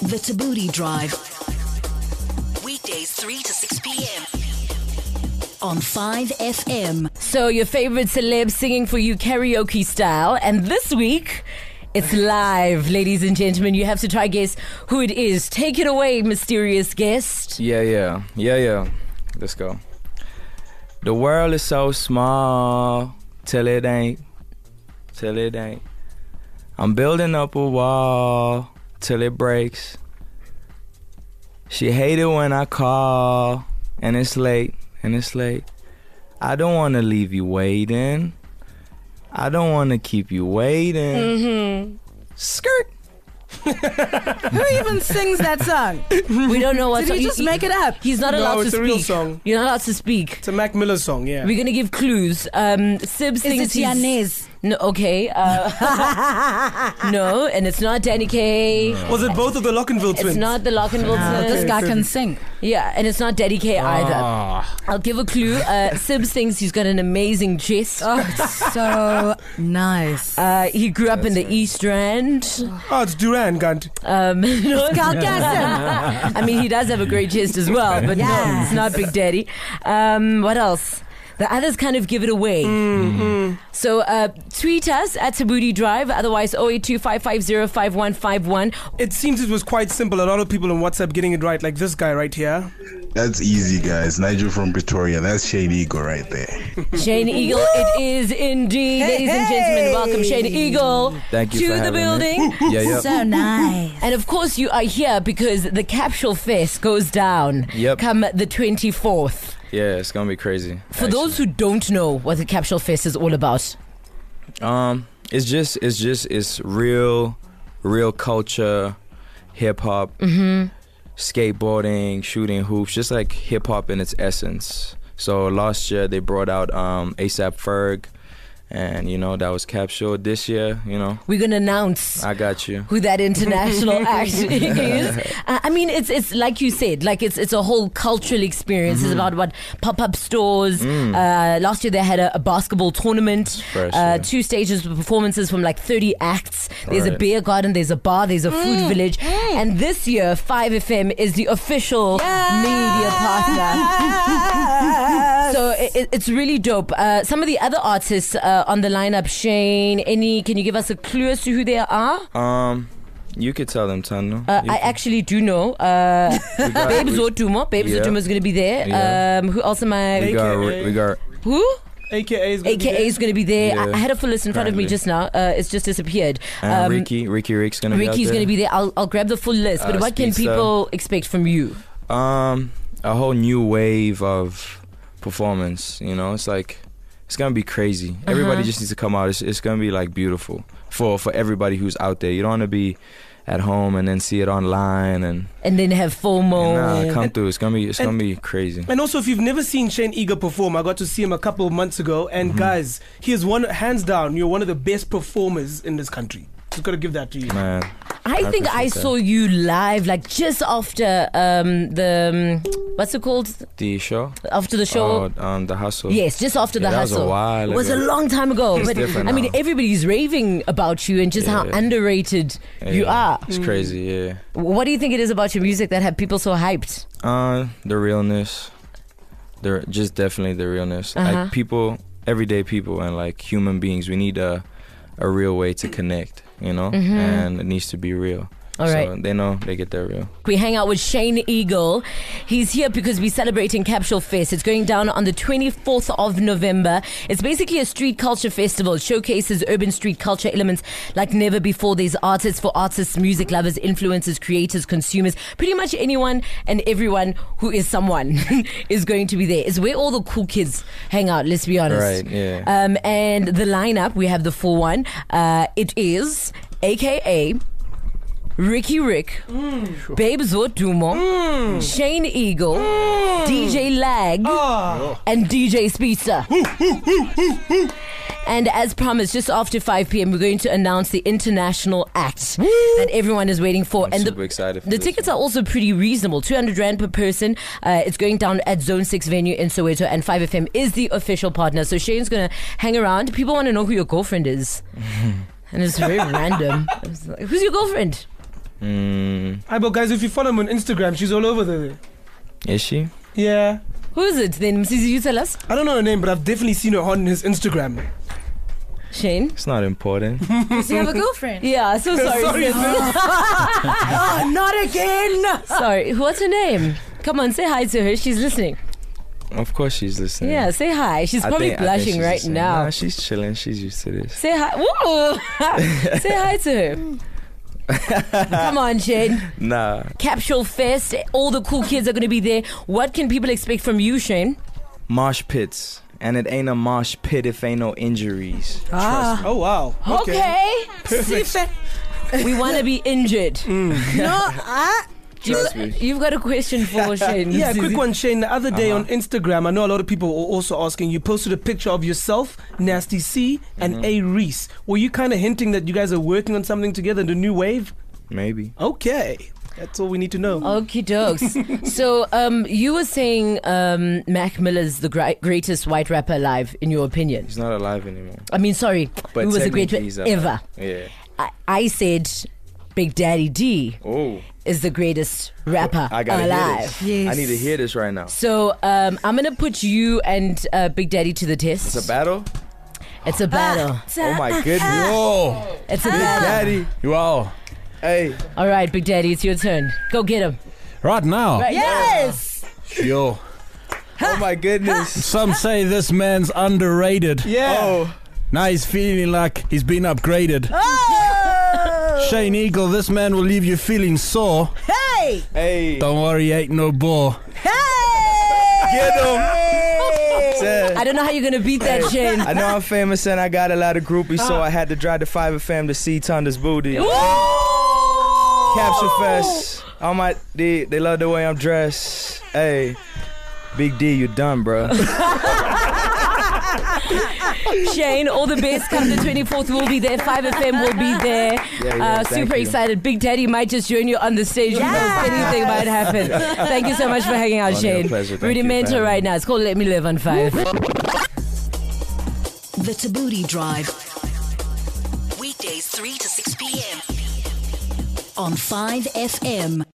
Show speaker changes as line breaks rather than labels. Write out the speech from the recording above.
The Tabooty Drive. Weekdays 3 to 6 p.m. On 5FM.
So your favorite celeb singing for you karaoke style, and this week it's live, ladies and gentlemen. You have to try guess who it is. Take it away, mysterious guest.
Yeah, yeah, yeah, yeah. Let's go. The world is so small, till it ain't, till it ain't. I'm building up a wall till it breaks. She hated when I call, and it's late, and it's late. I don't want to leave you waiting. I don't want to keep you waiting.
Mm-hmm.
Skirt.
Who even sings that song?
We don't know what.
Did he just make it up?
He's not
No,
allowed to
it's
speak.
a real song.
You're not allowed to speak.
It's a Mac Miller song, yeah.
We're gonna give clues. Um, Sib
Is
sings.
it
his-
Yanez?
No, okay. Uh, no, and it's not Danny Kaye.
Was it both of the Lockenville twins?
It's not the Lock and Wilson.
Uh, This guy can sing.
Yeah, and it's not Daddy K
Ah.
either. I'll give a clue. Uh, Sibs thinks he's got an amazing chest.
Oh, it's so nice.
Uh, he grew up in the East Rand.
Oh, it's Duran, Gunt.
Um, no,
Galgasm.
I mean, he does have a great chest as well, but no,
Yes.
it's not Big Daddy. Um, what else? The others kind of give it away. So uh, tweet us at Tabooty Drive, otherwise 0825505151.
It seems it was quite simple. A lot of people on WhatsApp getting it right, like this guy right here.
That's easy, guys. Nigel from Pretoria. That's Shane Eagle right there.
Shane Eagle, it is indeed. Ladies and gentlemen, welcome Shane Eagle
Thank you
to
for
the
having me.
building.
Yeah, yeah.
So nice.
And of course, you are here because the Capsule Fest goes down
Yep.
come the 24th.
Yeah, it's gonna be crazy.
For those who don't know what the Capsule Fest is all about,
Um, it's just it's just it's real, real culture, hip hop,
Mm-hmm.
skateboarding, shooting hoops, just like hip hop in its essence. So last year they brought out um, ASAP Ferg, and you know that was captured. This year, you know,
we're going to announce.
I got you.
who that international act is? Uh, I mean, it's it's like you said, like it's it's a whole cultural experience.
Mm-hmm.
It's about what pop up stores. Uh, last year they had a, a basketball tournament,
Mm. fresh,
uh,
yeah.
two stages with performances from like thirty acts. There's a
Right.
beer garden, there's a bar, there's a food village, and this year Five FM is the official media partner. So it, it- it's really dope. Uh, some of the other artists uh, on the lineup, Shane, any? Can you give us a clue as to who they are?
Um, you could tell them, Tano.
Uh, I actually do know. Uh,
We got-
Babe
we-
Zotumo. Babe
Yeah.
Zotumo is going to be there.
Yeah.
Um, who else am
We
I?
got
AKA.
we got
Who?
AKA is gonna be
AKA is going to be there. I,
Yeah.
I had a full list in front of me
Apparently.
just now. Uh, it's just disappeared.
and
Um,
uh, Ricky. Ricky Rick's gonna be out
Ricky's
there.
going to be there. I'll, I'll grab the full list. But
Uh,
what can
Speedster.
people expect from you?
Um, a whole new wave of performance. You know, it's like it's gonna be crazy.
Uh-huh.
Everybody just needs to come out. It's, it's gonna be like beautiful for for everybody who's out there. You don't want to be at home and then see it online and,
And then have FOMO.
and nah, come through. It's gonna be it's gonna be crazy.
And also, if you've never seen Shane Eager perform, I got to see him a couple of months ago. And guys, he is one, hands down, you're one of the best performers in this country. Just gotta give that to you.
Man,
I, think I
appreciate that.
saw you live, like just after um, the um, what's it called?
the show.
After the show.
Oh, um, the hustle.
Yes, just after
Yeah,
the
that was a
hustle.
while
it was
ago.
a long time ago.
It's
but
different
I mean,
now.
everybody's raving about you and just how
Yeah.
underrated you
Yeah,
are.
It's crazy. Yeah.
What do you think it is about your music that had people so hyped?
Uh, the realness. The just definitely the realness.
Uh-huh.
Like people, everyday people, and like human beings, we need a a real way to connect. You know, and it needs to be real.
Mm-hmm. All right.
So they know they get that real.
We hang out with Shane Eagle. He's here because we're celebrating Capsule Fest. It's going down on the 24th of November. It's basically a street culture festival. It showcases urban street culture elements like never before. There's artists for artists, music lovers, influencers, creators, consumers. Pretty much anyone and everyone who is someone is going to be there. It's where all the cool kids hang out, let's be honest.
Right, yeah.
Um, and the lineup, we have the full one. Uh, it is AKA Ricky Rick. Babe Zotumo, Shane Eagle, DJ Lag, and DJ Speedster. And as promised, just after 5 p.m., we're going to announce the international act that everyone is waiting for.
I'm
and
super
the,
excited for
the
this
tickets are also pretty reasonable 200 Rand per person. Uh, it's going down at Zone 6 venue in Soweto, and 5FM is the official partner. So Shane's going to hang around. People want to know who your girlfriend is. and it's very random. I was like, Who's your girlfriend?
Mm,
Aye, but guys, if you follow him on Instagram, she's all over there.
is she?
Yeah.
Who is it then? Mzizi, you tell us.
I don't know her name, but I've definitely seen her on his Instagram.
Shane.
It's not important.
Does he have a girlfriend?
Yeah, so sorry.
Sorry,
sis.
Oh, not again.
sorry. What's her name? Come on, say hi to her. She's listening.
of course she's listening.
Mm-hmm. Yeah, say hi. She's
I
probably
think- I think
blushing
she's
right
listening.
now.
Nah, she's chilling. She's used to this.
Say hi. Woo! Say hi to her. Come on, Shane.
Nah.
Capsule Fest. All the cool kids are going to be there. What can people expect from you, Shane?
Marsh pits. And it ain't a marsh pit if ain't no injuries.
Oh, wow.
Ah. Okay.
Sifa.
We want to be injured.
No, I.
Mm. Trust me.
You've got a question for Shane.
Yeah,
Mzizi.
quick one, Shane. The other day on Instagram, I know a lot of people were also asking. You posted a picture of yourself, Nasty C, and A Reese. Were you kind of hinting that you guys are working on something together, the new wave?
Maybe.
Okay, that's all we need to know.
Okie dokes. so, um, you were saying um, Mac Miller's the gri- greatest white rapper alive, in your opinion.
He's not alive anymore.
I mean, sorry,
But uh,
who was the
technically
greatest
he's alive.
ever?
Yeah.
I-, I said Big Daddy D
Oh.
is the greatest rapper
I gotta hear
alive.
this. I need to hear this right now.
So, um, I'm going to put you and uh, Big Daddy to the test.
It's a battle?
It's a battle.
Oh my goodness.
Oh,
It's a battle.
Daddy.
wow.
Hey.
All right, Big Daddy, it's your turn. Go get him.
Right now.
Yes.
Yo.
Oh my goodness.
Some say this man's underrated.
Yeah.
Oh.
Now he's feeling like he's been upgraded. Shane Eagle, this man will leave you feeling sore.
Hey.
Hey.
Don't worry, ain't no bore.
Hey.
Get him.
I
Said,
don't know how you're going to beat that, Shane.
I know I'm famous and I got a lot of groupies, so I had to drive the five fam to see Tunder's booty. Capture Fest. I might they, they love the way I'm dressed. Hey, Big D, you done, bro.
Shane, all the best. Come the 24th, we'll be there. 5FM will be there.
Yeah, yeah,
uh,
thank
super
you.
excited. Big Daddy might just join you on the stage. Who knows? Anything might happen. Thank you so much for hanging out,
Oh, no,
Shane.
pleasure. Thank
Rudy
you for
Mentor
having
right
me.
now. It's called Let Me Live on 5.
The Tabooty Drive. Weekdays 3 to 6 p.m. on 5 FM.